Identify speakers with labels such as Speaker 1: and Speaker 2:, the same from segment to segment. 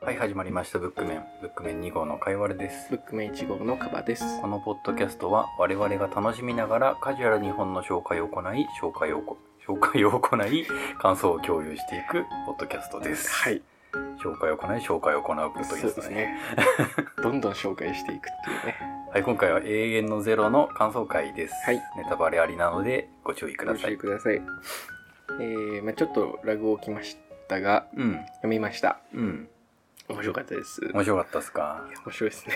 Speaker 1: はい、始まりました。ブックメン。ブックメン2号のかいわれです。
Speaker 2: ブックメン1号のカバです。
Speaker 1: このポッドキャストは我々が楽しみながらカジュアルに本の紹介を行い、紹介をこ紹介を行い、感想を共有していくポッドキャストです。
Speaker 2: は。い。
Speaker 1: 紹介を行い、紹介を行うポッ
Speaker 2: そ
Speaker 1: ド
Speaker 2: う
Speaker 1: キャストで
Speaker 2: で
Speaker 1: す
Speaker 2: す
Speaker 1: ね。
Speaker 2: ね。どんどん紹介していくっていうね。
Speaker 1: はい、今回は永遠のゼロの感想会です。
Speaker 2: はい
Speaker 1: ネタバレありなのでご注意く
Speaker 2: ご
Speaker 1: ださ
Speaker 2: 注
Speaker 1: い
Speaker 2: 意。ください。えー、まあちょっとラグ起きましたが、
Speaker 1: うん。
Speaker 2: 読みました。
Speaker 1: うん。
Speaker 2: 面白かったです。
Speaker 1: 面白かったっすか。
Speaker 2: 面白いですね。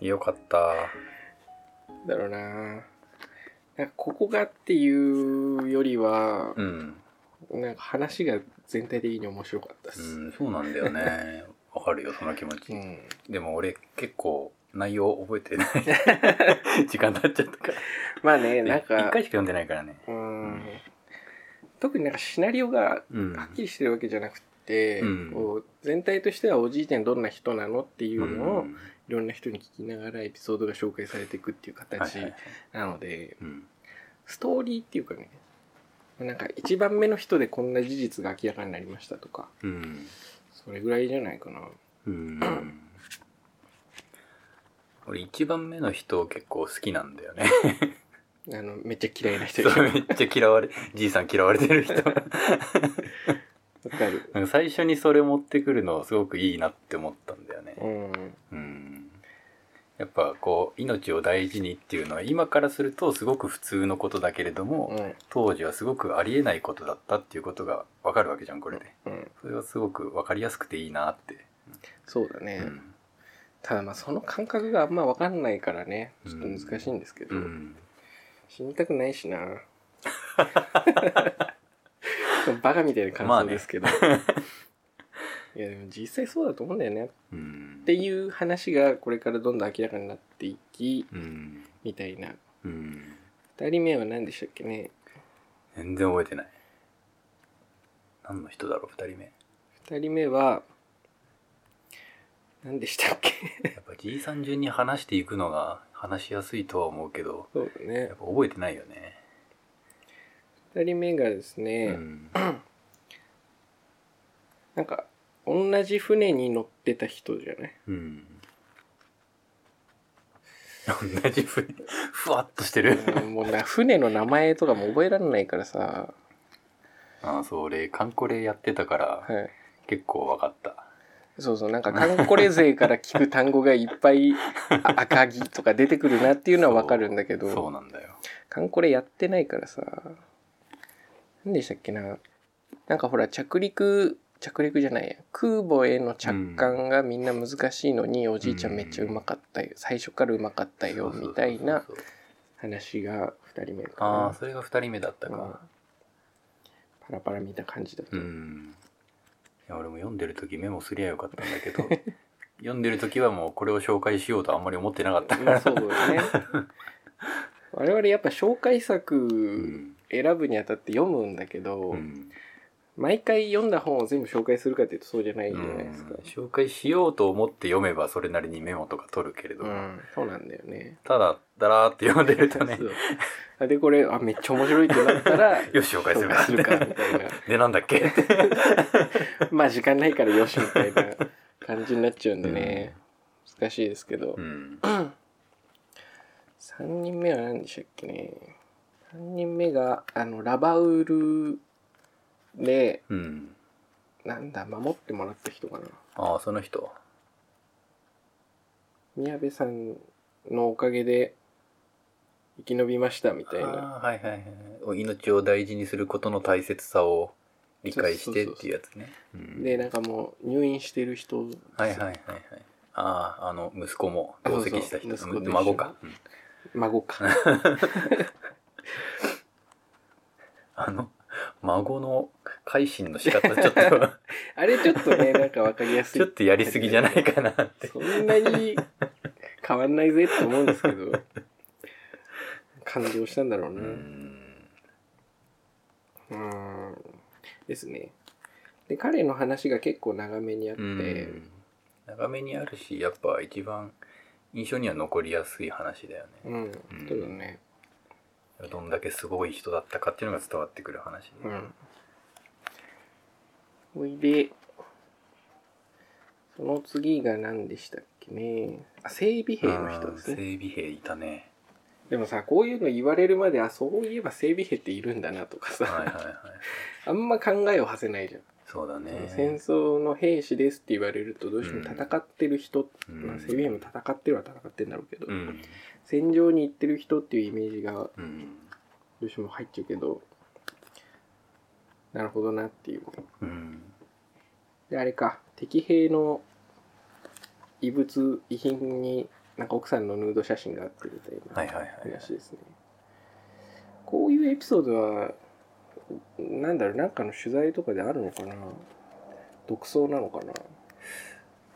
Speaker 1: よかった。
Speaker 2: だろうななんかここがっていうよりは、
Speaker 1: うん。
Speaker 2: なんか話が全体的に面白かったで
Speaker 1: う
Speaker 2: す。
Speaker 1: ん、そうなんだよね。わかるよ、その気持ち。
Speaker 2: うん。
Speaker 1: でも俺結構内容覚えて ない時間経っちゃったか
Speaker 2: まあね、
Speaker 1: ら
Speaker 2: なん
Speaker 1: 一
Speaker 2: か
Speaker 1: 回、しか読んでないからね
Speaker 2: うん。特になんかシナリオが
Speaker 1: うん
Speaker 2: はっきりしてるわけじゃなくて、
Speaker 1: うん
Speaker 2: こう全体としてはおじいちゃんどんな人なのっていうのを、
Speaker 1: うん
Speaker 2: いろんな人に聞きながらエピソードが紹介されていくっていう
Speaker 1: はい
Speaker 2: 形
Speaker 1: はいはい
Speaker 2: なので、
Speaker 1: うん
Speaker 2: ストーリーっていうかねなんか1番目の人でこんな事実が明らかになりましたとか
Speaker 1: うん
Speaker 2: それぐらいじゃないかな
Speaker 1: うん俺一番目の人結構好きなんだよね
Speaker 2: あのめっちゃ嫌いな人
Speaker 1: そ
Speaker 2: でしょ
Speaker 1: うめっちゃ嫌われじいさん嫌われてる人
Speaker 2: わかる
Speaker 1: なんか最初にそれ持ってくるのすごくいいなって思ったんだよね
Speaker 2: う
Speaker 1: う
Speaker 2: ん
Speaker 1: んやっぱこう命を大事にっていうのは今からするとすごく普通のことだけれども、
Speaker 2: うん
Speaker 1: 当時はすごくありえないことだったっていうことがわかるわけじゃんこれで
Speaker 2: うん
Speaker 1: それはすごくわかりやすくていいなって、
Speaker 2: そうだね、
Speaker 1: うん
Speaker 2: ただまあその感覚があんま分かんないからねちょっと難しいんですけど、
Speaker 1: うん
Speaker 2: 死にたくないし なバカみたいな感想ですけ ど、いやでも実際そうだと思うんだよね
Speaker 1: うん
Speaker 2: っていう話がこれからどんどん明らかになっていき
Speaker 1: うん
Speaker 2: みたいな
Speaker 1: うん
Speaker 2: 2人目は何でしたっけね
Speaker 1: 全然覚えてない何の人だろう2人目
Speaker 2: 2人目は何でしたっけ
Speaker 1: やっぱじいさん順に話していくのが話しやすいとは思うけど
Speaker 2: そうだね
Speaker 1: やっぱ覚えてないよね、
Speaker 2: 2人目がですね、
Speaker 1: うん
Speaker 2: なんか同じ船に乗ってた人じゃない
Speaker 1: うん同じふふわっとしてる
Speaker 2: うんもうな船の名前とかも覚えられないからさ、
Speaker 1: ああそう俺カンコレやってたから
Speaker 2: はい、
Speaker 1: 結構わかった、
Speaker 2: そうそう、なんか、カンコレ勢から聞く単語がいっぱ い、あ赤木とか出てくるなっていうのはわかるんだけ
Speaker 1: そ
Speaker 2: ど
Speaker 1: う、なんだよ
Speaker 2: カンコレやってないからさ、何でしたっけな。なんかほら、着陸、着陸じゃないや、空母への着艦がみんな難しいのに、おじいちゃんめっちゃうまかったよ、最初からうまかったよ、みたいな
Speaker 1: そうそうそう
Speaker 2: 話が2人目か
Speaker 1: ああ
Speaker 2: な。
Speaker 1: それが2人目だった
Speaker 2: うん
Speaker 1: か
Speaker 2: パラパラ見た感じだと。
Speaker 1: うん、いや俺も読んでる時メモすりゃよかったんだけど 読んでる時はもうこれを紹介しようとあんまり思ってなかったか
Speaker 2: まあ
Speaker 1: ら
Speaker 2: そう だね。我々やっぱ紹介作、
Speaker 1: うん
Speaker 2: 選ぶにあたって読むんだけど、
Speaker 1: うん
Speaker 2: 毎回読んだ本を全部紹介するかっていうとそうじゃないじゃないですか
Speaker 1: うん。紹介しようと思って読めばそれなりにメモとか取るけれど、
Speaker 2: うん、そうなんだよね。
Speaker 1: ただだらーって読んでるとね
Speaker 2: そうでこれあめっちゃ面白いってなったら
Speaker 1: よし紹介するか
Speaker 2: 紹介するかみたいな
Speaker 1: でなんだっけって
Speaker 2: まあ時間ないからよしみたいな感じになっちゃうんでね、難しいですけど、
Speaker 1: うん
Speaker 2: 3人目は何でしたっけね3人目があのラバウルで
Speaker 1: うん
Speaker 2: なんだ守ってもらった人かな
Speaker 1: ああその人
Speaker 2: 宮部さんのおかげで生き延びましたみたいな
Speaker 1: あーはいはいはいお命を大事にすることの大切さを理解してっていうやつねうん
Speaker 2: でなんかもう入院してる人
Speaker 1: はいはいはいはいあああの息子も同席した人
Speaker 2: あそうそう息子と一緒
Speaker 1: 孫か、うん
Speaker 2: 孫か
Speaker 1: あの孫の改心の仕方ちょっ と
Speaker 2: あれちょっと ねなんかわかりやすい
Speaker 1: ちょっとやりすぎじゃないかなって
Speaker 2: そんなに変わんないぜって思うんですけど感動したんだろう
Speaker 1: う
Speaker 2: なうん
Speaker 1: ん
Speaker 2: ーんですねで彼の話が結構長めにあって、
Speaker 1: うん長めにあるしやっぱ一番印象には残りやすい話だよね
Speaker 2: うん、そうだね。
Speaker 1: どんだけすごい人だったかっていうのが伝わってくる話、
Speaker 2: うん。おいで、その次が何でしたっけねあ整備兵の人ですね
Speaker 1: 整備兵いたね。
Speaker 2: でもさこういうの言われるまであそういえば整備兵っているんだなとかさ、
Speaker 1: はいはいはい。
Speaker 2: あんま考えを馳せないじゃん、
Speaker 1: そうだね。
Speaker 2: 戦争の兵士ですって言われるとどうしても戦ってる人、
Speaker 1: うん
Speaker 2: まあ、整備兵も戦ってるは戦ってんだろうけど、
Speaker 1: うん。
Speaker 2: 戦場に行ってる人っていうイメージがど
Speaker 1: うん。
Speaker 2: うしても入っちゃうけどなるほどなっていう
Speaker 1: うん。
Speaker 2: であれか敵兵の遺物遺品になんか奥さんのヌード写真があってみたいな
Speaker 1: はいはいはい。
Speaker 2: 話ですね、こういうエピソードはなんだろうなんかの取材とかであるのかな独走なのかな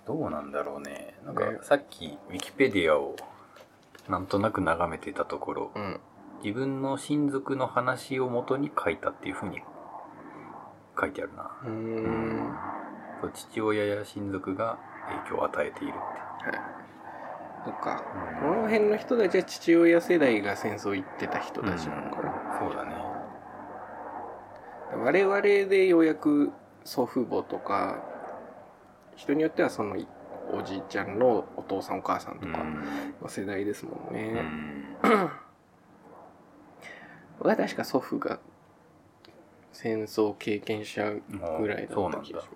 Speaker 1: どうなんだろうね。なん
Speaker 2: ね
Speaker 1: か、さっき、ウィキペディアを、なんとなく眺めてたところ、
Speaker 2: うん
Speaker 1: 自分の親族の話を元に書いたっていうふうに書いてあるな。
Speaker 2: うーんは
Speaker 1: そう父親や親族が影響を与えているって。
Speaker 2: いそっかこ
Speaker 1: うん
Speaker 2: の辺の人たちは父親世代が戦争行ってた人たちなのかな、
Speaker 1: そうだね。
Speaker 2: 我々でようやく祖父母とか人によってはそのおじいちゃんのお父さんお母さんとかの世代ですもん
Speaker 1: うんう
Speaker 2: ね、
Speaker 1: ん
Speaker 2: 僕は確か祖父が戦争経験者 ぐらいだ
Speaker 1: そう
Speaker 2: っ
Speaker 1: な
Speaker 2: た
Speaker 1: ん
Speaker 2: 気が
Speaker 1: だ
Speaker 2: し。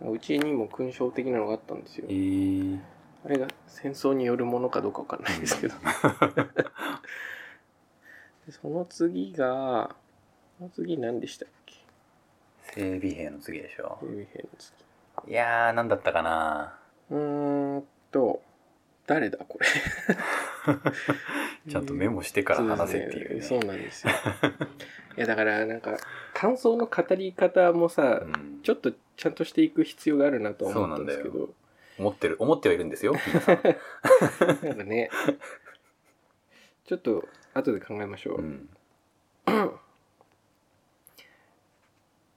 Speaker 2: ますうちにも勲章的なのがあったんですよ
Speaker 1: えー、
Speaker 2: あれが戦争によるものかどうかわかんないですけどでその次がその次何でしたっけ
Speaker 1: 整備兵の次でしょ
Speaker 2: ヘ。ルミヘルの次
Speaker 1: いやー、なんだったかな。
Speaker 2: うーんと、誰だこれ。
Speaker 1: ちゃんとメモしてから話せっていう、ね。
Speaker 2: そうですねそうなん ですよ。いやだからなんか、感想の語り方もさ、
Speaker 1: うん
Speaker 2: ちょっとちゃんとしていく必要があるなとは思ったんですけ
Speaker 1: そ
Speaker 2: ど、
Speaker 1: 思ってる、思ってはいるんですよ。
Speaker 2: なんかね、ちょっと後で考えまし
Speaker 1: う
Speaker 2: ょう。
Speaker 1: ん。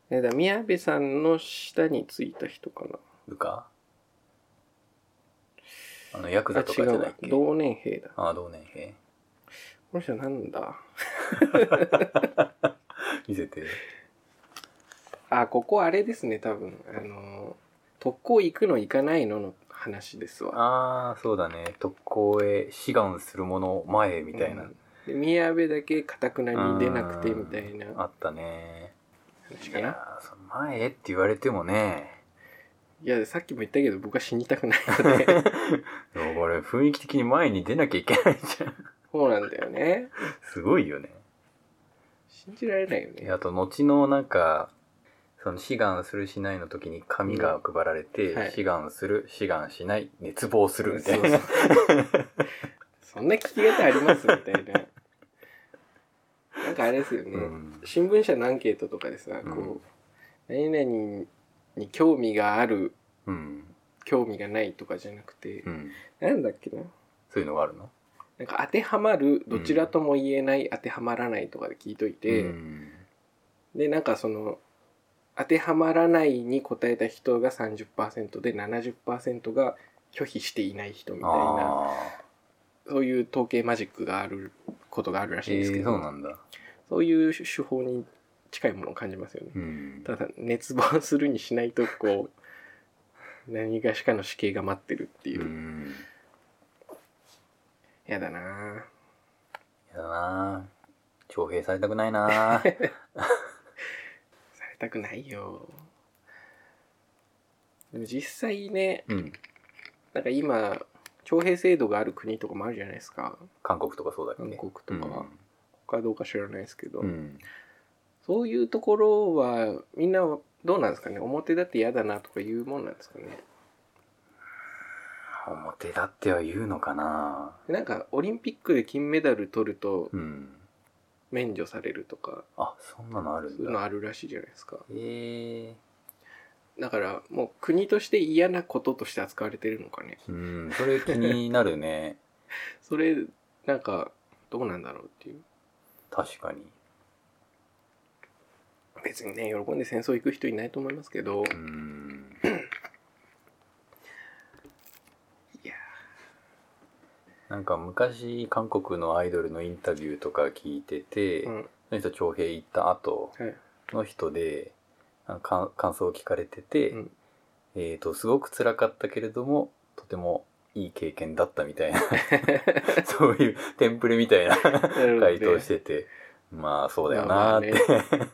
Speaker 2: えだから宮部さんの下についた人かな。
Speaker 1: 部下あの、ヤク
Speaker 2: あ、
Speaker 1: ザと
Speaker 2: 違
Speaker 1: かじゃ
Speaker 2: う
Speaker 1: ないっ
Speaker 2: わ。
Speaker 1: け
Speaker 2: 同年兵だ。
Speaker 1: ああ、同年兵。
Speaker 2: この人なんだ
Speaker 1: 見せて。
Speaker 2: あ、ここあれですね、多分。あの、特攻行くの行かないのの話ですわ。
Speaker 1: ああ、そうだね。特攻へ志願する者前みたいな、
Speaker 2: うんで宮部だけかたくなに出なくてみたいな
Speaker 1: あったね。
Speaker 2: 話
Speaker 1: い
Speaker 2: かな
Speaker 1: やーその前へって言われてもね、
Speaker 2: いやさっきも言ったけど僕は死にたくないの で
Speaker 1: でもこれ雰囲気的に前に出なきゃいけないじゃん。
Speaker 2: そうなんだよね
Speaker 1: すごいよね。
Speaker 2: 信じられないよ
Speaker 1: で
Speaker 2: ね
Speaker 1: あと後のなんかその志願するしないの時に紙が配られて、
Speaker 2: うんはい
Speaker 1: 志願する志願しない熱望するみたいな
Speaker 2: そうそんな聞き方ありますみたいななんかあれですよね、
Speaker 1: うん
Speaker 2: 新聞社のアンケートとかでさこう、何々に興味がある
Speaker 1: うん
Speaker 2: 興味がないとかじゃなくて
Speaker 1: う、ん
Speaker 2: なんだっけな
Speaker 1: そういうのがあるの
Speaker 2: なんか当てはまるどちらとも言えない、当てはまらないとかで聞いといて、
Speaker 1: うん
Speaker 2: でなんかその当てはまらないに答えた人が30%で70%が拒否していない人みたいな
Speaker 1: あ
Speaker 2: そういう統計マジックがあることがあるら
Speaker 1: ー
Speaker 2: しいん
Speaker 1: え
Speaker 2: ですけ
Speaker 1: ー、
Speaker 2: ど、
Speaker 1: そうなんだ、
Speaker 2: そういう手法に近いものを感じますよね。
Speaker 1: うん、
Speaker 2: ただ熱望するにしないとこ う何がしかの死刑が待ってるっていう、
Speaker 1: うん
Speaker 2: やだなぁ
Speaker 1: やだなぁ徴兵されたくないな ぁ
Speaker 2: されたくないよでも実際ね
Speaker 1: うん
Speaker 2: なんか今徴兵制度がある国とかもあるじゃないですか
Speaker 1: 韓国とかそうだっけ
Speaker 2: 韓国とかは。
Speaker 1: うん
Speaker 2: かどうか知らないですけど、
Speaker 1: うん
Speaker 2: そういうところはみんなどうなんですかね表だって嫌だなとか言うもんなんですかね
Speaker 1: 表立っては言うのかな
Speaker 2: でなんかオリンピックで金メダル取ると
Speaker 1: うん
Speaker 2: 免除されるとか
Speaker 1: あそんなのある
Speaker 2: そうんいうの
Speaker 1: だ
Speaker 2: あるらしいじゃないですか
Speaker 1: えー、
Speaker 2: だからもう国として嫌なこととして扱われてるのかね
Speaker 1: うんそれ気になるね
Speaker 2: それなんかどうなんだろうっていう
Speaker 1: 確かに
Speaker 2: 別にね喜んで戦争行く人いないと思いますけど
Speaker 1: うーん
Speaker 2: いや
Speaker 1: なんか昔韓国のアイドルのインタビューとか聞いてて、
Speaker 2: ーうん
Speaker 1: その人徴兵行った後
Speaker 2: はい
Speaker 1: の人であのか感想を聞かれてて、
Speaker 2: うん
Speaker 1: えー、と、すごく辛かったけれども、とてもいい経験だったみ たいな、そういうテンプレみたいな 回答してて、まあそうだよなーって
Speaker 2: ま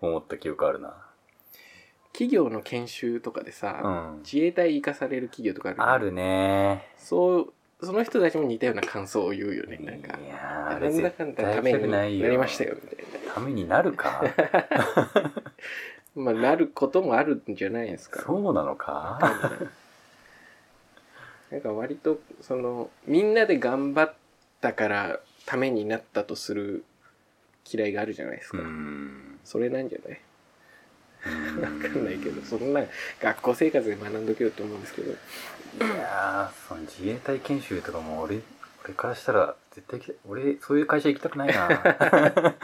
Speaker 1: 思った記憶あるな。
Speaker 2: 企業の研修とかで
Speaker 1: う
Speaker 2: さ、
Speaker 1: ん。
Speaker 2: 自衛隊行かされる企業とかある
Speaker 1: あるね
Speaker 2: そうその人たちも似たような感想を言うよねなんか
Speaker 1: いやー、
Speaker 2: な
Speaker 1: あれ
Speaker 2: んだ
Speaker 1: 絶
Speaker 2: かんだ
Speaker 1: 対
Speaker 2: た
Speaker 1: 行き
Speaker 2: め
Speaker 1: たく
Speaker 2: に
Speaker 1: な
Speaker 2: ない
Speaker 1: よ。
Speaker 2: りました。よみたいな
Speaker 1: ためになる か
Speaker 2: まあなることもあるんじゃないですか
Speaker 1: そうなのか
Speaker 2: なんか割とそのみんなで頑張ったからためになったとする嫌いがあるじゃないです
Speaker 1: う
Speaker 2: か、
Speaker 1: ん。
Speaker 2: それなんじゃない分かんないけどそんな学校生活で学んどけよと思うんですけ
Speaker 1: い
Speaker 2: ど
Speaker 1: やーその自衛隊研修とかも俺俺からしたら絶対行きたい俺そういう会社行きたくない な
Speaker 2: い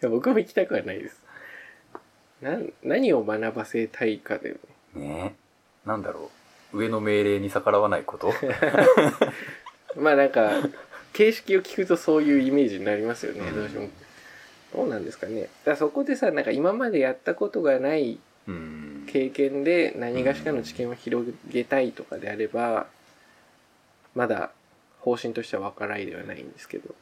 Speaker 2: や僕も行きたくはないですなん何を学ばせたいかだよね
Speaker 1: ねえなんだろう上の命令に逆らわないこと
Speaker 2: まあなんか形式を聞くとそういうイメージになりますよね、
Speaker 1: うん
Speaker 2: どうしてもどうなんですかねだからそこでさなんか今までやったことがない
Speaker 1: うん
Speaker 2: 経験で何がしかの知見を広げたいとかであればまだ方針としては分からないではないんですけど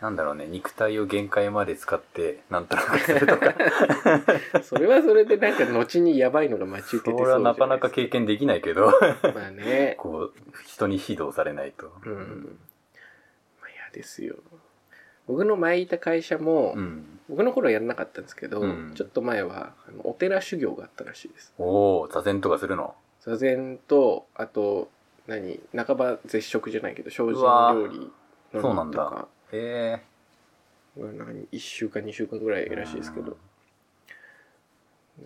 Speaker 1: なんだろうね肉体を限界まで使ってなんとなくすると か
Speaker 2: それはそれでなんか後にやばいのが待ち
Speaker 1: そ
Speaker 2: 受けて
Speaker 1: れ
Speaker 2: そうじゃ
Speaker 1: は
Speaker 2: ない
Speaker 1: な
Speaker 2: ですか
Speaker 1: かなか経験できないけど
Speaker 2: まあね
Speaker 1: こう人に指導されないと
Speaker 2: うん、まあ嫌ですよ僕の前いた会社も、
Speaker 1: うん
Speaker 2: 僕の頃はやらなかったんですけど、
Speaker 1: うん
Speaker 2: ちょっと前はあのお寺修行があったらしいです
Speaker 1: おお座禅とかするの
Speaker 2: 座禅とあと何半ば絶食じゃないけど精進
Speaker 1: うわ
Speaker 2: 料理の
Speaker 1: そうなん
Speaker 2: と
Speaker 1: だ
Speaker 2: か
Speaker 1: へ
Speaker 2: が何1週間2週間ぐら
Speaker 1: え
Speaker 2: いらしいですけど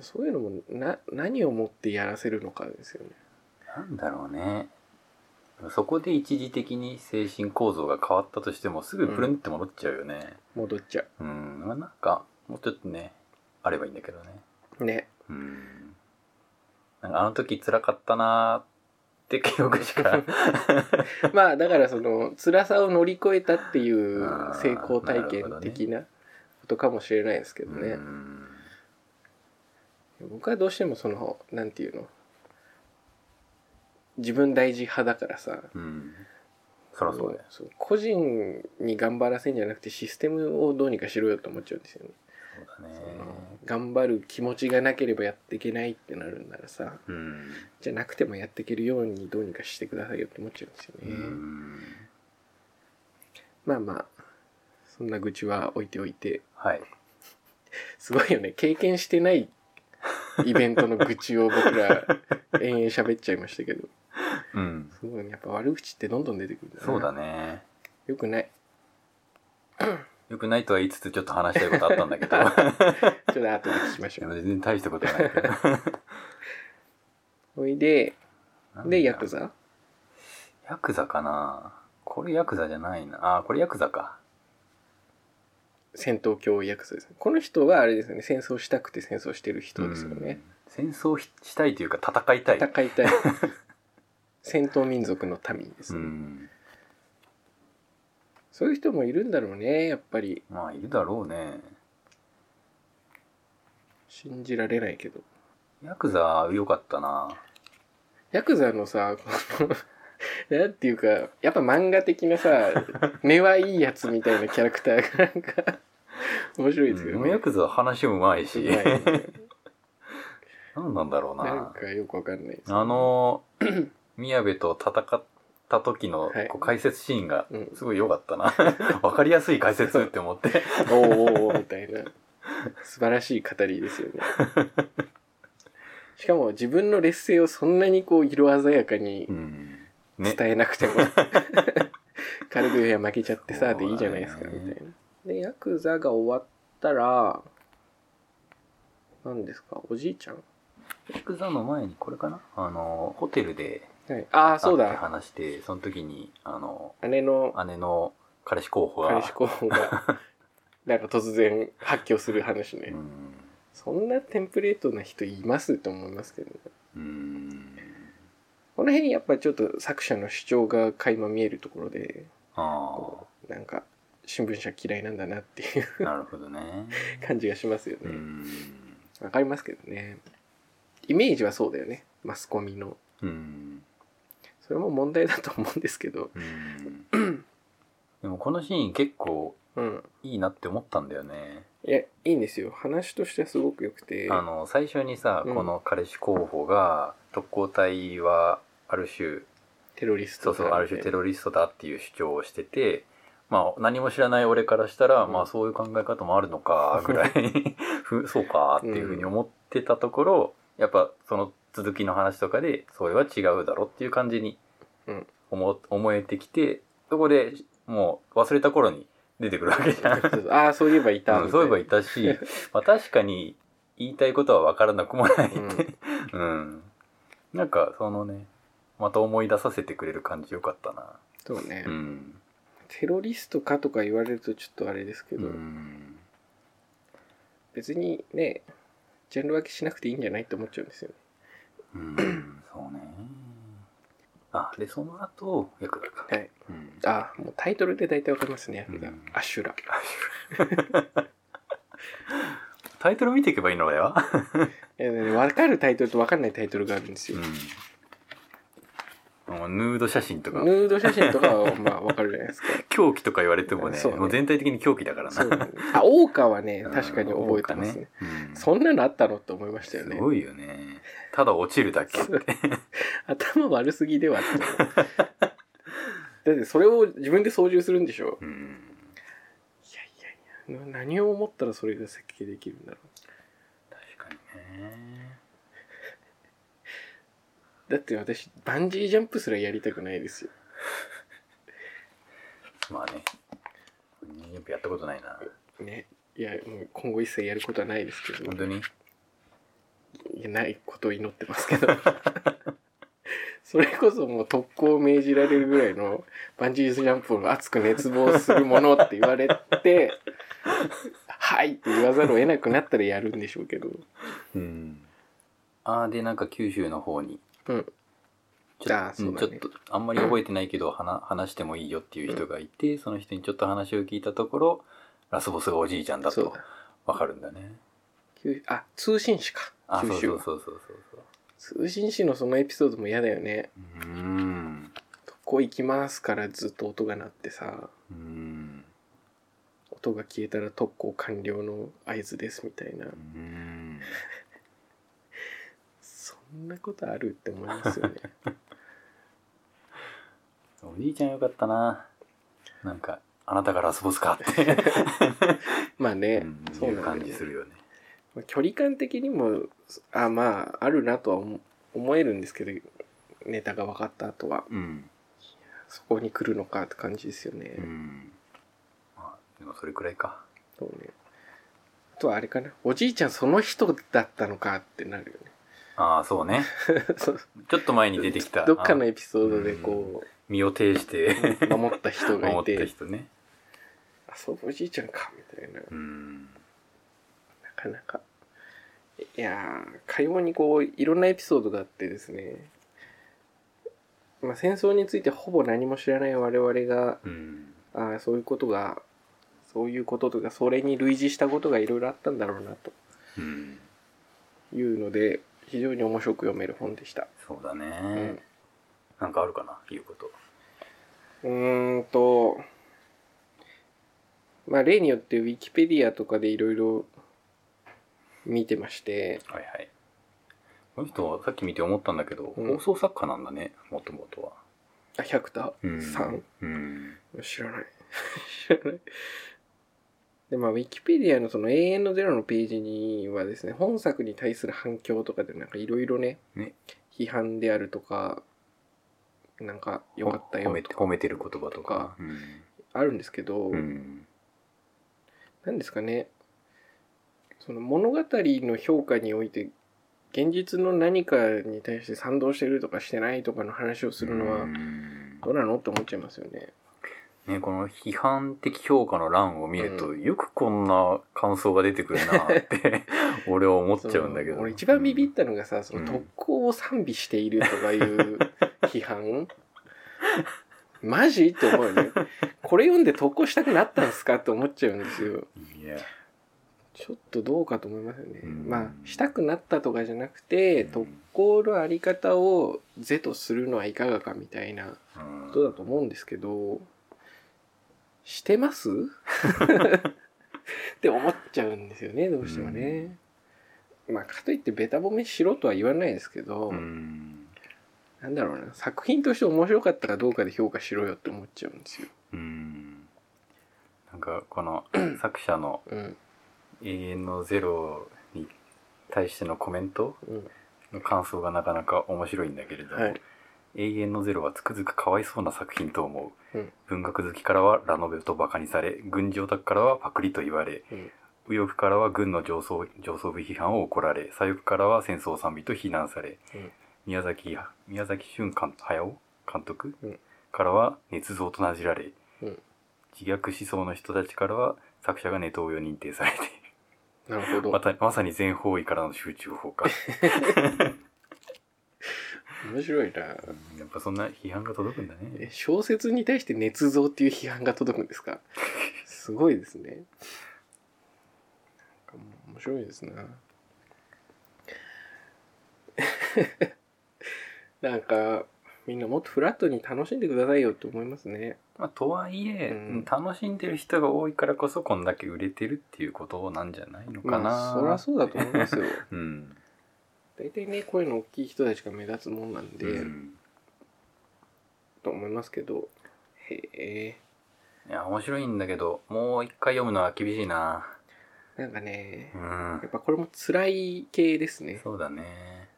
Speaker 2: そういうのもな何をもってやらせるのかですよね
Speaker 1: なんだろうねそこで一時的に精神構造が変わったとしてもすぐプルンって戻っちゃうよね
Speaker 2: 戻っちゃ
Speaker 1: うん、まあなんかもうちょっとねあればいいんだけどね
Speaker 2: うね
Speaker 1: うんなんかあの時辛かったなーって記憶し か
Speaker 2: まあだからその辛さを乗り越えたっていう
Speaker 1: あー
Speaker 2: 成功体験的なことかもしれないですけどね
Speaker 1: うん
Speaker 2: 僕はどうしてもそのなんていうの自分大事派だからさ
Speaker 1: うんそらそうだよ
Speaker 2: そう個人に頑張らせんじゃなくてシステムをどうにかしろよと思っちゃうんですよね、
Speaker 1: そうだね
Speaker 2: 頑張る気持ちがなければやっていけないってなるんならさ
Speaker 1: うん、
Speaker 2: じゃなくてもやっていけるようにどうにかしてくださいよって思っちゃうんですよ
Speaker 1: う
Speaker 2: ね、
Speaker 1: ん
Speaker 2: まあまあそんな愚痴は置いておいて
Speaker 1: はい
Speaker 2: すごいよね経験してないイベントの愚痴を僕ら延々喋っちゃいましたけど
Speaker 1: うん
Speaker 2: すごいねやっぱ悪口ってどんどん出てくるんだな
Speaker 1: そうだね
Speaker 2: よくない
Speaker 1: よくないとは言いつつちょっと話したいことあったんだけど
Speaker 2: ちょっと後で聞きまし
Speaker 1: で
Speaker 2: ょう
Speaker 1: も全然大したことはないけど
Speaker 2: おいで
Speaker 1: なんだ
Speaker 2: でヤクザ
Speaker 1: ヤクザかなこれヤクザじゃないなあーこれヤクザか
Speaker 2: 戦闘狂ヤクザですねこの人はあれですよね戦争したくて戦争してる人ですよね、
Speaker 1: うん戦争ひしたいというか戦いたい
Speaker 2: 戦 いたい戦闘民族の民です
Speaker 1: う
Speaker 2: ね、
Speaker 1: ん
Speaker 2: そういう人もいるんだろうねやっぱり
Speaker 1: まあいるだろうね
Speaker 2: 信じられないけど
Speaker 1: ヤクザ良かったな
Speaker 2: ヤクザのさ このなんていうかやっぱ漫画 的なさ目はいいやつみたいなキャラクターがなんか面白いですよ
Speaker 1: うん
Speaker 2: ね、
Speaker 1: ヤクザ話もうまいし
Speaker 2: うまいね
Speaker 1: 何なんだろうな
Speaker 2: なんかよくわかんないです
Speaker 1: あの 宮部と戦った時の
Speaker 2: はい
Speaker 1: こう解説シーンが
Speaker 2: うん
Speaker 1: すごい良かったな わかりやすい解説って思って
Speaker 2: おーおーおーみた いな素晴らしい語りですよねしかも自分の劣勢をそんなにこう色鮮やかに
Speaker 1: うんね
Speaker 2: 伝えな くても、軽く「いや負けちゃってさ」でいいじゃないですか
Speaker 1: そう
Speaker 2: み
Speaker 1: だね
Speaker 2: たいなでヤクザが終わったら何ですかおじいちゃん、
Speaker 1: ヤクザの前にこれかなあのホテルで
Speaker 2: はい、ああそう
Speaker 1: 会って
Speaker 2: だ
Speaker 1: 話してその時にあの
Speaker 2: 姉の
Speaker 1: 姉の彼氏候補が
Speaker 2: 彼氏候補 がなんか突然発狂する話ね、
Speaker 1: うん
Speaker 2: そんなテンプレートな人いますと思いますけどね
Speaker 1: うん
Speaker 2: この辺やっぱちょっと作者の主張が垣間見えるところで
Speaker 1: あ
Speaker 2: こうなんか新聞社嫌いなんだなっていう
Speaker 1: あなるほどね
Speaker 2: 感じがしますよ
Speaker 1: う
Speaker 2: ね
Speaker 1: ん
Speaker 2: わかりますけどねイメージはそうだよねマスコミの
Speaker 1: うん
Speaker 2: それも問題だと思うんですけど
Speaker 1: うんでもこのシーン結構
Speaker 2: うん
Speaker 1: いいなって思ったんだよね、
Speaker 2: いやいいんですよ話としてはすごく良くて
Speaker 1: あの最初にさ、
Speaker 2: うん
Speaker 1: この彼氏候補が特攻隊はある種
Speaker 2: テロリス
Speaker 1: そ
Speaker 2: ト
Speaker 1: うそうある種テ
Speaker 2: ロ
Speaker 1: ロリストだっていう主張をしててまあ何も知らない俺からしたら、
Speaker 2: うん
Speaker 1: まあそういう考え方もあるのかぐらい ふそうかっていうふうに思ってたところ、やっぱその続きの話とかでそれは違うだろっていう感じに
Speaker 2: うん
Speaker 1: 思,、思えてきてそこでもう忘れた頃に出てくるわけじゃん。
Speaker 2: ああそういえばいた
Speaker 1: うんそういえばい
Speaker 2: た
Speaker 1: た し、まあ、確かに言いたいことは分からなくもないって、うんなんかそのねまた思い出させてくれる感じよかったな。
Speaker 2: そうね、
Speaker 1: うん
Speaker 2: テロリストかとか言われるとちょっとあれですけ
Speaker 1: う
Speaker 2: ど、
Speaker 1: ん
Speaker 2: 別にねジャンル分けしなくていいんじゃないって思っちゃうんですよね
Speaker 1: うんそうねあでその後ヤクザか、
Speaker 2: はい
Speaker 1: うん
Speaker 2: ああもうタイトルで大体わかりますねヤクザ、
Speaker 1: うん
Speaker 2: アシュラ
Speaker 1: タイトル見ていけばいいのでは、
Speaker 2: えーわかるタイトルとわかんないタイトルがあるんですよ、
Speaker 1: もうヌード写真とか
Speaker 2: ヌード写真とかはまあわかるじゃないですか
Speaker 1: 狂気とか言われてもね
Speaker 2: そうね
Speaker 1: もう全体的に狂気だから
Speaker 2: そう
Speaker 1: な
Speaker 2: なんですあ大川はね
Speaker 1: うん
Speaker 2: 確かに覚えてますね,、
Speaker 1: 多かうん
Speaker 2: そんなのあったのって思いましたよ
Speaker 1: す
Speaker 2: ね
Speaker 1: ごいよねただ落ちるだけ
Speaker 2: そう頭悪すぎではってだってそれを自分で操縦するんでしょ
Speaker 1: うん
Speaker 2: いやいやいやな何を思ったらそれが設計できるんだろ
Speaker 1: 確かにね
Speaker 2: うだって私バンジージャンプすらやりたくないですよ
Speaker 1: まあねよくやったことないな
Speaker 2: ねいやもう今後一切やることはないですけど
Speaker 1: 本当に
Speaker 2: いやないことを祈ってますけど それこそもう特攻を命じられるぐらいのバンジージャンプを熱く熱望するものって言われて 「はい!」って言わざるを得なくなったらやるんでしょうけど
Speaker 1: うん、ああでなんか九州の方に
Speaker 2: うん
Speaker 1: ちょ,、
Speaker 2: あーそう
Speaker 1: ち
Speaker 2: だ
Speaker 1: ょっ
Speaker 2: ね
Speaker 1: とあんまり覚えてないけど話 話してもいいよっていう人がいて、その人にちょっと話を聞いたところラスボスがおじいちゃんだ
Speaker 2: そう
Speaker 1: と
Speaker 2: だ
Speaker 1: わかるんだね
Speaker 2: 九あ通信士か
Speaker 1: あそ
Speaker 2: 九
Speaker 1: うそ
Speaker 2: 州
Speaker 1: う
Speaker 2: は
Speaker 1: そうそうそうそう
Speaker 2: 通信士のそのエピソードも嫌だよね
Speaker 1: うーん
Speaker 2: 特攻行きますからずっと音が鳴ってさ
Speaker 1: うーん
Speaker 2: 音が消えたら特攻完了の合図ですみたいな
Speaker 1: うーん
Speaker 2: そんなことあるって思いま すよね
Speaker 1: おじいちゃんよかったななんかあなたがラスボスか って、
Speaker 2: まあね、
Speaker 1: うん
Speaker 2: そう
Speaker 1: いう
Speaker 2: なん
Speaker 1: 感
Speaker 2: だ
Speaker 1: じ
Speaker 2: よね
Speaker 1: するよね
Speaker 2: まあ距離感的にもあまああるなとは思思えるんですけどネタが分かった後は
Speaker 1: うん
Speaker 2: そこに来るのかって感じですよね,、
Speaker 1: うんまあでもそれくらいか
Speaker 2: そうねあとはあれかなおじいちゃんその人だったのかってなるよ
Speaker 1: ああ そうね
Speaker 2: ねそう
Speaker 1: ちょっと前に出てきた
Speaker 2: どっかの
Speaker 1: あ
Speaker 2: エピソードでこ
Speaker 1: 身を挺して
Speaker 2: う守った人が
Speaker 1: 思
Speaker 2: い
Speaker 1: ってる
Speaker 2: て
Speaker 1: 人ね
Speaker 2: 「あそうおじいちゃんか」みたいな
Speaker 1: うん
Speaker 2: なかなかいやー会話にこういろんなエピソードがあってですね、まあ、戦争についてほぼ何も知らない我々が
Speaker 1: うん
Speaker 2: ああそういうことがそういうこととかそれに類似したことがいろいろあったんだろうなと
Speaker 1: うん
Speaker 2: いうので非常に面白く読める本でした
Speaker 1: そうだね、
Speaker 2: うん
Speaker 1: なんかあるかないうこと
Speaker 2: うーんとまあ例によってウィキペディアとかでいろいろ見てまして
Speaker 1: はいはいこの人はさっき見て思ったんだけど、
Speaker 2: うん
Speaker 1: 放送作家なんだねもともとは、
Speaker 2: あ百田さん、
Speaker 1: うん
Speaker 2: 知らない 知らないでまあウィキペディアのその「永遠のゼロ」のページにはですね本作に対する反響とかでなんかいろいろね
Speaker 1: ね
Speaker 2: 批判であるとかなんか良かった
Speaker 1: 褒
Speaker 2: よ
Speaker 1: め
Speaker 2: と
Speaker 1: て
Speaker 2: か
Speaker 1: 褒めてる言葉とかうん
Speaker 2: あるんですけど、
Speaker 1: うん
Speaker 2: なんですかねその物語の評価において現実の何かに対して賛同してるとかしてないとかの話をするの
Speaker 1: う
Speaker 2: は
Speaker 1: ん
Speaker 2: どうなのって思っちゃいますよね。
Speaker 1: ね、この批判的評価の欄を見ると、
Speaker 2: う
Speaker 1: よくこんな感想が出てくるなって 俺は思っちゃうんだけ
Speaker 2: そ
Speaker 1: ど
Speaker 2: の俺一番ビビっ
Speaker 1: った
Speaker 2: のがさ、その特攻を賛美しているとかいう 批判マジって思うよねこれ読んで特攻したくなったんですかって思っちゃうんですよ
Speaker 1: いや
Speaker 2: ちょっとどうかと思いますよね。
Speaker 1: うん
Speaker 2: まあ、したくなったとかじゃなくて、
Speaker 1: うん
Speaker 2: 特攻のあり方を是とするのはいかがかみたいな
Speaker 1: うん
Speaker 2: ことだと思うんですけど、してます って思っちゃうんですよね、どうしてもね。まあ、かといってベタ褒めしろとは言わないですけど、
Speaker 1: うん
Speaker 2: なんだろうな、作品として面白かったかどうかで評価しろよって思っちゃうんですよ。
Speaker 1: うんなんかこ の作者の
Speaker 2: うん。
Speaker 1: 「永遠のゼロ」に対してのコメント
Speaker 2: うん。
Speaker 1: の感想がなかなか面白いんだけれども、
Speaker 2: はい。
Speaker 1: 永遠のゼロはつくづくかわいそうな作品と思う、
Speaker 2: うん
Speaker 1: 文学好きからはラノベとバカにされ軍事オタクからはパクリと言われ、
Speaker 2: うんうん
Speaker 1: 宮崎宮崎俊監駿監督、
Speaker 2: うん
Speaker 1: からは捏造となじられ、
Speaker 2: うん
Speaker 1: 自虐思想の人たちからは作者がネトウヨ認定されて
Speaker 2: なるほど。
Speaker 1: またまさに全方位からの集中砲 火
Speaker 2: 面白いな。
Speaker 1: うんやっぱそんな批判が届くんだ
Speaker 2: え
Speaker 1: ね
Speaker 2: 小説に対して捏造っていう批判が届くんですかすごいですねなんかもう面白いですな なんかみんなもっとフラットに楽しんでくださいよって思いますね
Speaker 1: まあ、とはいえ、
Speaker 2: うん
Speaker 1: 楽しんでる人が多いからこそこんだけ売れてるっていうことなんじゃないのかな、
Speaker 2: まあそりゃそうだと思いますよ
Speaker 1: うん、
Speaker 2: 大体ね声の大きい人たちが目立つもんなんで、
Speaker 1: うん
Speaker 2: と思いますけどへえ
Speaker 1: いや面白いんだけどもう一回読むのは厳しいな
Speaker 2: なんかね
Speaker 1: うん
Speaker 2: やっぱこれも辛い系ですね
Speaker 1: そうだね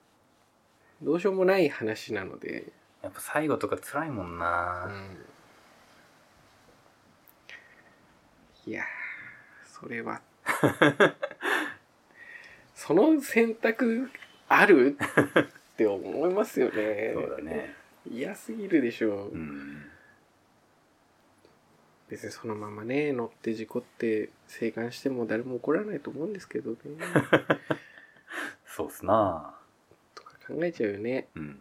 Speaker 2: どうしようもない話なので
Speaker 1: やっぱ最後とか辛いもん
Speaker 2: う
Speaker 1: な、
Speaker 2: んいやーそれは その選択あるって思いますよね
Speaker 1: そうだね
Speaker 2: 嫌すぎるでしょう、
Speaker 1: うん
Speaker 2: 別にそのままね乗って事故って生還しても誰も怒らないと思うんですけ どね
Speaker 1: そうっすな
Speaker 2: とか考えちゃうよね
Speaker 1: うん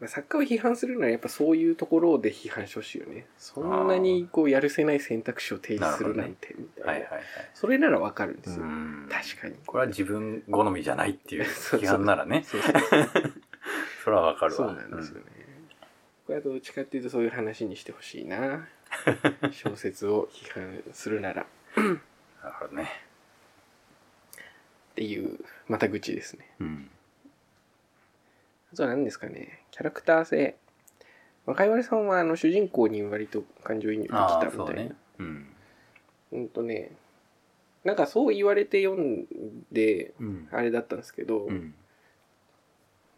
Speaker 2: まあ作家を批判するならやっぱそういうところで批判してほしいよねそんなにこうやるせない選択肢を提示するなんてみたいな
Speaker 1: はいはいはい
Speaker 2: それならわかるんですよ、
Speaker 1: うん
Speaker 2: 確かに
Speaker 1: これは自分好みじゃないっていう
Speaker 2: そうそう
Speaker 1: 批判ならね
Speaker 2: そうそうそう
Speaker 1: それはわかるわ
Speaker 2: そうなんですよね、僕はどっちかっていうとそういう話にしてほしいな小説を批判するならっ
Speaker 1: うんなるほどね
Speaker 2: ていうまた愚痴ですね
Speaker 1: うん
Speaker 2: あとは何ですかねキャラクター性若いわりさんはあの主人公に割と感情移入でき
Speaker 1: あ
Speaker 2: た
Speaker 1: あ
Speaker 2: み
Speaker 1: そう
Speaker 2: たいな
Speaker 1: ねうん
Speaker 2: うんとねなんかそう言われて読んで
Speaker 1: うん
Speaker 2: あれだったんですけど、
Speaker 1: うん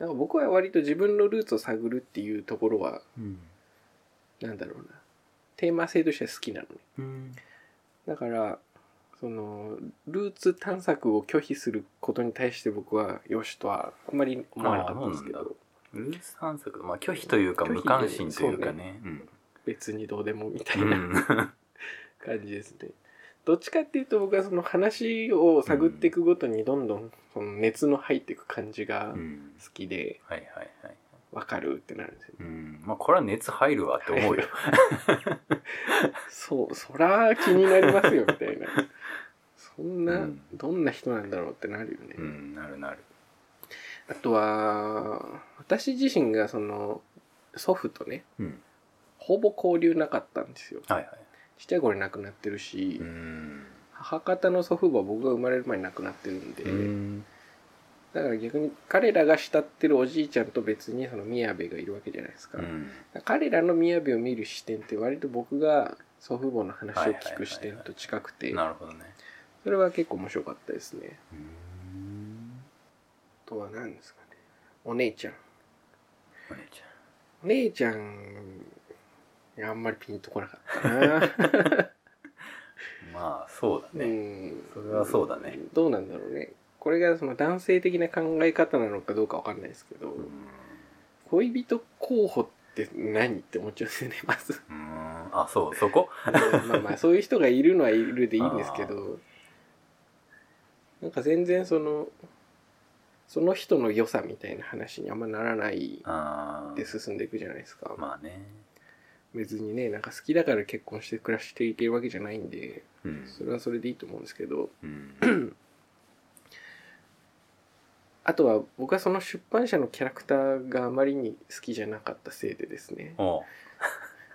Speaker 2: なんか僕は割と自分のルーツを探るっていうところは
Speaker 1: うん
Speaker 2: なんだろうなテーマ性としては好きなのね
Speaker 1: うん
Speaker 2: だからそのルーツ探索を拒否することに対して僕はよしとはあんまり思わなかったんですけ
Speaker 1: あそう
Speaker 2: ど
Speaker 1: ルース探索まあ拒否というか
Speaker 2: 拒否
Speaker 1: 無関心というかね
Speaker 2: 別にどうでもみた
Speaker 1: う
Speaker 2: い
Speaker 1: ん
Speaker 2: な感じですね、どっちかっていうと僕はその話を探っていくごとにどんどんその熱の入っていく感じが
Speaker 1: う
Speaker 2: 好
Speaker 1: ん
Speaker 2: きで
Speaker 1: はいはいはい
Speaker 2: わかるってなるんですよ、
Speaker 1: うんまあこれは熱入るわって 思うよ
Speaker 2: そうそら気になりますよみたいなそんな、
Speaker 1: うん
Speaker 2: どんな人なんだろうってなるよね、
Speaker 1: うんなるなる
Speaker 2: あとは私自身がその祖父とね
Speaker 1: うん
Speaker 2: ほぼ交流なかったんですよ
Speaker 1: はいはい
Speaker 2: ちっちゃい頃に亡くなってるし、
Speaker 1: うん
Speaker 2: 母方の祖父母は僕が生まれる前に亡くなってるんで、
Speaker 1: うん
Speaker 2: だから逆に彼らが慕ってるおじいちゃんと別にその宮部がいるわけじゃないですか,、
Speaker 1: うん
Speaker 2: 彼らの宮部を見る視点って割と僕が祖父母の話を
Speaker 1: はいはい
Speaker 2: 聞
Speaker 1: はいは
Speaker 2: く
Speaker 1: い
Speaker 2: 視点と近くて
Speaker 1: なるほどね
Speaker 2: それは結構面白かったですね
Speaker 1: うん
Speaker 2: あとは何ですかねお姉ちゃん
Speaker 1: お姉ちゃん
Speaker 2: お姉ちゃんあんまりピンとこなかったな
Speaker 1: まあそうだね
Speaker 2: うん
Speaker 1: それはそうだね
Speaker 2: どうなんだろうねこれがその男性的な考え方なのかどうかわかんないですけど、
Speaker 1: うん
Speaker 2: 恋人候補って何って思っちゃうんですよねま ず
Speaker 1: うんあそうそこ
Speaker 2: まあまあそういう人がいるのはいるでいいんですけどなんか全然そのその人の良さみたいな話にあんまならない
Speaker 1: ああ
Speaker 2: で進んでいくじゃないですか、
Speaker 1: まあね
Speaker 2: 別にねなんか好きだから結婚して暮らしていけるわけじゃないんで
Speaker 1: うん
Speaker 2: それはそれでいいと思うんですけど
Speaker 1: うん
Speaker 2: あとは僕はその出版社のキャラクターがあまりに好きじゃなかったせいでですね
Speaker 1: おう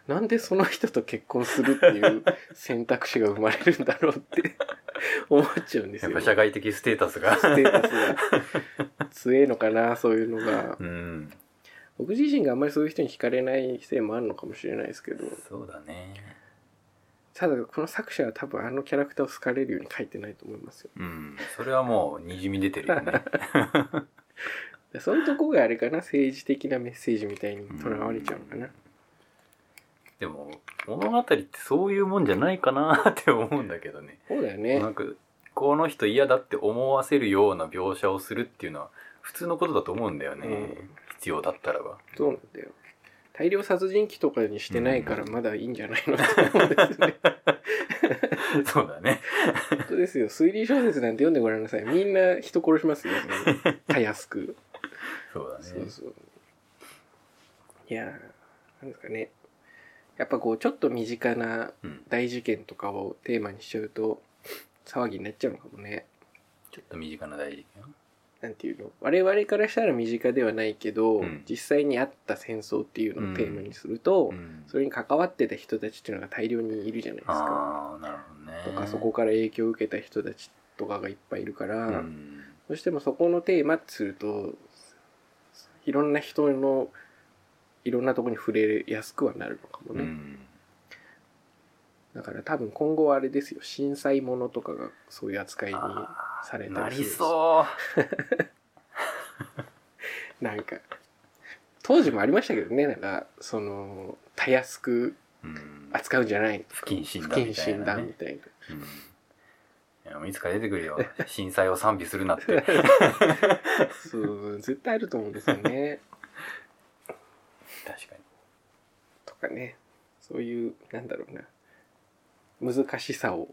Speaker 2: なんでその人と結婚するっていう選択肢が生まれるんだろうって 思っちゃうんです
Speaker 1: やっ
Speaker 2: よ、
Speaker 1: ぱ社会的ステータスが。
Speaker 2: ステータスが強いのかなそういうのが
Speaker 1: うん。
Speaker 2: 僕自身があんまりそういう人に惹かれないせいもあるのかもしれないですけど
Speaker 1: そうだね。
Speaker 2: ただこの作者は多分あのキャラクターを好かれるように書いてないと思いますよ
Speaker 1: うん。それはもう、にじみ出てるよね。
Speaker 2: でそういうとこがあれかな政治的なメッセージみたいにとらわれちゃうのかな、
Speaker 1: でも、物語ってそういうもんじゃないかなって思うんだけどね。
Speaker 2: そうだよね
Speaker 1: なんか、この人嫌だって思わせるような描写をするっていうのは、普通のことだと思うんだよね。
Speaker 2: うん
Speaker 1: 必要だったらば。
Speaker 2: そうなんだよ大量殺人鬼とかにしてないから
Speaker 1: う
Speaker 2: まだいいんじゃないのって思うんですよね
Speaker 1: そうだね。
Speaker 2: 本当ですよ推理小説なんて読んでごらんなさいみんな人殺しますよたやすく
Speaker 1: そうだね。
Speaker 2: そうそういやーなんですかねやっぱこうちょっと身近な
Speaker 1: うん。
Speaker 2: 大事件とかをテーマにしちゃうと騒ぎになっちゃうのかもね
Speaker 1: ちょっと身近な大事件。
Speaker 2: なんていうの我々からしたら身近ではないけど、
Speaker 1: うん
Speaker 2: 実際にあった戦争っていうのをテーマにすると、
Speaker 1: うん
Speaker 2: それに関わってた人たちっていうのが大量にいるじゃないですか。
Speaker 1: ああ、なるほどね。
Speaker 2: とかそこから影響を受けた人たちとかがいっぱいいるから、
Speaker 1: うん。
Speaker 2: どうしてもそこのテーマってするといろんな人のいろんなとこに触れやすくはなるのかも
Speaker 1: う
Speaker 2: ね、
Speaker 1: ん。
Speaker 2: だから多分今後はあれですよ震災ものとかがそういう扱いに
Speaker 1: あ
Speaker 2: され
Speaker 1: ー
Speaker 2: た
Speaker 1: な
Speaker 2: りする
Speaker 1: り
Speaker 2: し
Speaker 1: そう。
Speaker 2: なんか当時もありましたけどねなんかそのたやすく
Speaker 1: うん
Speaker 2: 扱うんじゃない
Speaker 1: 不謹慎
Speaker 2: 不
Speaker 1: だみたいな、ね、
Speaker 2: 謹慎だみたいな
Speaker 1: うんいやもういつか出てくる よ震災を賛美するなって
Speaker 2: そう絶対あると思うんですよ ね
Speaker 1: 確かに
Speaker 2: とかねそういうなんだろうな難しさを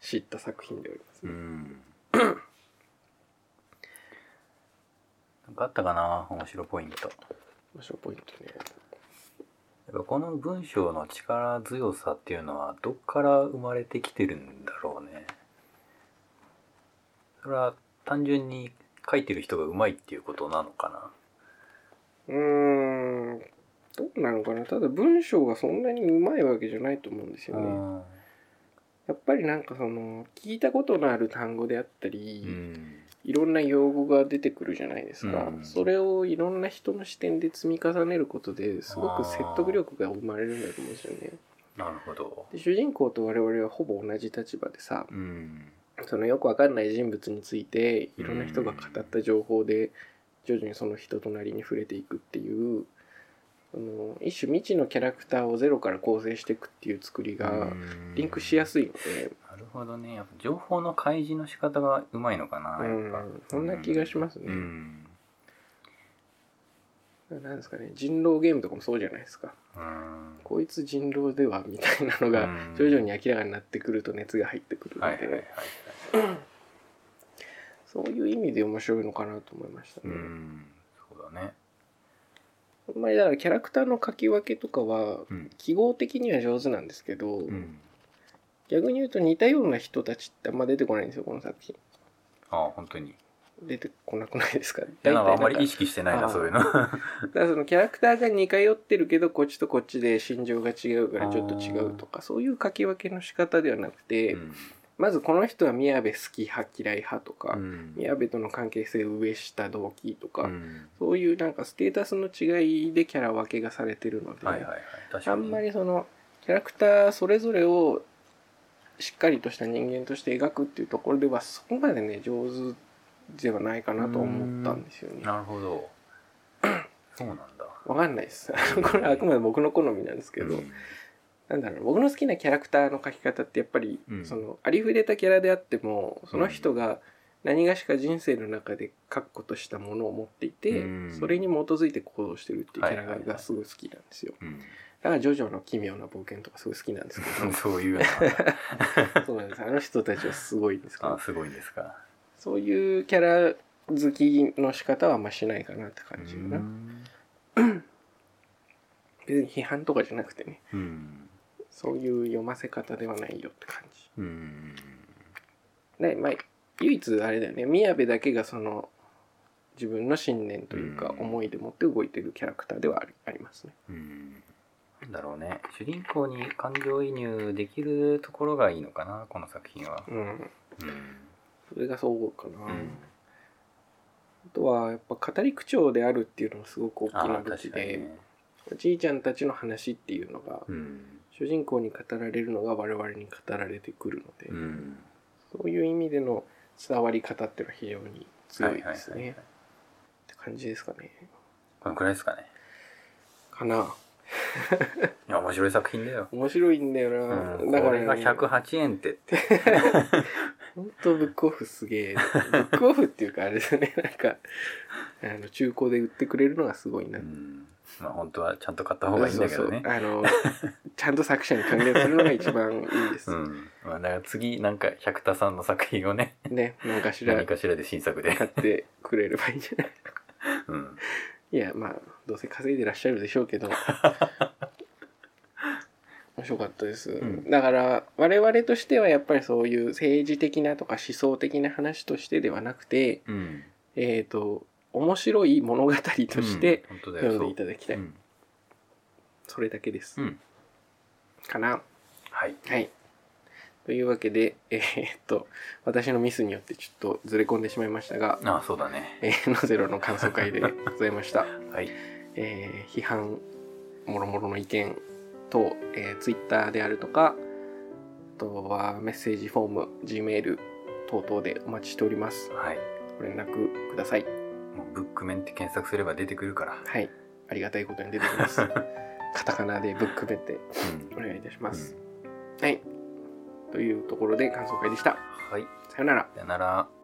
Speaker 2: 知った作品であります、
Speaker 1: んなんかあったかな面白ポイントや
Speaker 2: 面白いポイントね
Speaker 1: っぱこの文章の力強さっていうのはどっから生まれてきてるんだろうねそれは単純に書いてる人がうまいっていうことなのかな
Speaker 2: うーんどうなのかなただ文章がそんなにうまいわけじゃないと思うんですよね、
Speaker 1: うん
Speaker 2: やっぱりなんかその聞いたことのある単語であったり、
Speaker 1: うん
Speaker 2: いろんな用語が出てくるじゃないですか、
Speaker 1: うん
Speaker 2: それをいろんな人の視点で積み重ねることですごく説得力が生まれるんだと思うんですよね
Speaker 1: なるほど
Speaker 2: で主人公と我々はほぼ同じ立場でさ
Speaker 1: うん
Speaker 2: そのよくわかんない人物についていろんな人が語った情報で徐々にその人となりに触れていくっていうその一種未知のキャラクターをゼロから構成していくっていう作りがリンクしや
Speaker 1: い
Speaker 2: すいので、
Speaker 1: なるほどね。やっぱ情報の開示の仕方がうまいのかな。
Speaker 2: うん
Speaker 1: やっぱ
Speaker 2: そんな気がしますね
Speaker 1: うん。
Speaker 2: なんですかね人狼ゲームとかもそうじゃないですか
Speaker 1: うん
Speaker 2: こいつ人狼ではみたいなのが
Speaker 1: うん
Speaker 2: 徐々に明らかになってくると熱が入ってくるの
Speaker 1: はい
Speaker 2: で、
Speaker 1: はいはい。
Speaker 2: そういう意味で面白いのかなと思いました
Speaker 1: う
Speaker 2: ね、
Speaker 1: ん。そうだね。
Speaker 2: あんまりだからキャラクターの書き分けとかは
Speaker 1: うん。
Speaker 2: 記号的には上手なんですけど、
Speaker 1: うん。
Speaker 2: 逆に言うと似たような人たちってあんま出てこないんですよこの作品
Speaker 1: ああ、本当に。い
Speaker 2: 出てこなくないですか
Speaker 1: や
Speaker 2: 大体
Speaker 1: なんかあんまり意
Speaker 2: だ
Speaker 1: 識してない
Speaker 2: あ
Speaker 1: な、
Speaker 2: ー
Speaker 1: そういうの。
Speaker 2: からそのキャラクターが似通ってるけどこっちとこっちで心情が違うからちょっと違うとかそういう書き分けの仕方ではなくて、
Speaker 1: うん
Speaker 2: まずこの人は宮部好き派嫌い派とか、
Speaker 1: うん
Speaker 2: 宮部との関係性上下動機とか、
Speaker 1: うん
Speaker 2: そういうなんかステータスの違いでキャラ分けがされてるので、
Speaker 1: はいはいはい。確
Speaker 2: あ
Speaker 1: かに。
Speaker 2: んまりそのキャラクターそれぞれをしっかりとした人間として描くっていうところではそこまでね上手ではないかなと思ったんですよね。
Speaker 1: なるほど。そうなんだ。
Speaker 2: わかんないです。 これあくまで僕の好みなんですけど、
Speaker 1: うん
Speaker 2: なんだろう僕の好きなキャラクターの描き方ってやっぱり、
Speaker 1: うん
Speaker 2: そのありふれたキャラであってもその人が何がしか人生の中で確固としたものを持っていて、
Speaker 1: うん
Speaker 2: それに基づいて行動してるっていうキャラ
Speaker 1: はいはいはい
Speaker 2: がすごい好きなんですよ、
Speaker 1: うん
Speaker 2: だからジョジョの奇妙な冒険とかすごい好きなんですけ
Speaker 1: そういうのが
Speaker 2: どそうなんですあの人たちはすごいんですけ
Speaker 1: あ
Speaker 2: ど
Speaker 1: ーすごいんですか。
Speaker 2: そういうキャラ好きの仕方はあんましないかなって感じかな、
Speaker 1: うん
Speaker 2: 別に批判とかじゃなくてね
Speaker 1: うん。
Speaker 2: そういう読ませ方ではないよって感じ
Speaker 1: うん。
Speaker 2: ねまあ、唯一あれだよね宮部だけがその自分の信念というか
Speaker 1: うん
Speaker 2: 思いでもって動いてるキャラクターではありありますね。
Speaker 1: うんなんだろうね主人公に感情移入できるところがいいのかなこの作品は、
Speaker 2: うん、
Speaker 1: うん
Speaker 2: それがそうかな、
Speaker 1: うん
Speaker 2: あとはやっぱ語り口調であるっていうのもすごく大き
Speaker 1: あ
Speaker 2: な
Speaker 1: あ
Speaker 2: 武器
Speaker 1: 確かに
Speaker 2: で、
Speaker 1: ね
Speaker 2: おじいちゃんたちの話っていうのが、
Speaker 1: うん
Speaker 2: 主人公に語られるのが我々に語られてくるので、
Speaker 1: うん
Speaker 2: そういう意味での伝わり方っていうのは非常に強
Speaker 1: はいは
Speaker 2: いですね、
Speaker 1: いはいはい
Speaker 2: って感じですかね
Speaker 1: このくらいですかね
Speaker 2: かない
Speaker 1: や面白い作品だよ、
Speaker 2: 面白いんだよ
Speaker 1: う
Speaker 2: な、
Speaker 1: ん、
Speaker 2: だか
Speaker 1: これ
Speaker 2: ら、ね、
Speaker 1: が108円ってって
Speaker 2: ほんとブックオフすげえブックオフっていうかあれですね なんかあの中古で売ってくれるのがすごいな、
Speaker 1: うんまあ本当はちゃんと買った方がいいんだけどね
Speaker 2: そうそうあのちゃんと作者に還元するのが一番いいです、
Speaker 1: うんまあ、だから次なんか百田さんの作品をね
Speaker 2: ね何かしら
Speaker 1: 何かしらで新作 で
Speaker 2: 買、ってくれればいいんじゃない
Speaker 1: うん、
Speaker 2: いやまあどうせ稼いでらっしゃるでしょうけ ど面白かったです、
Speaker 1: ん
Speaker 2: だから我々としてはやっぱりそういう政治的なとか思想的な話としてではなくて
Speaker 1: うん、
Speaker 2: えっ、と面白い物語として
Speaker 1: うん、本当だよ
Speaker 2: 読ん
Speaker 1: そ
Speaker 2: で
Speaker 1: う
Speaker 2: いただきたい、
Speaker 1: うん
Speaker 2: それだけです、
Speaker 1: うん
Speaker 2: かな
Speaker 1: はい
Speaker 2: はいというわけでえーっと私のミスによってちょっとずれ込んでしまいましたが
Speaker 1: あそうだね
Speaker 2: えーのゼロの感想会でございました
Speaker 1: はい
Speaker 2: えー批判もろもろの意見等、えー、Twitter であるとかあとはメッセージフォーム Gmail 等々でお待ちしております
Speaker 1: はい
Speaker 2: ご連絡ください
Speaker 1: もうブックメンって検索すれば出てくる から、
Speaker 2: はいありがたいことに出てきますカタカナでブックベって
Speaker 1: うん
Speaker 2: お願いいたします、はいというところで感想会でした
Speaker 1: はい
Speaker 2: さよなら
Speaker 1: さよなら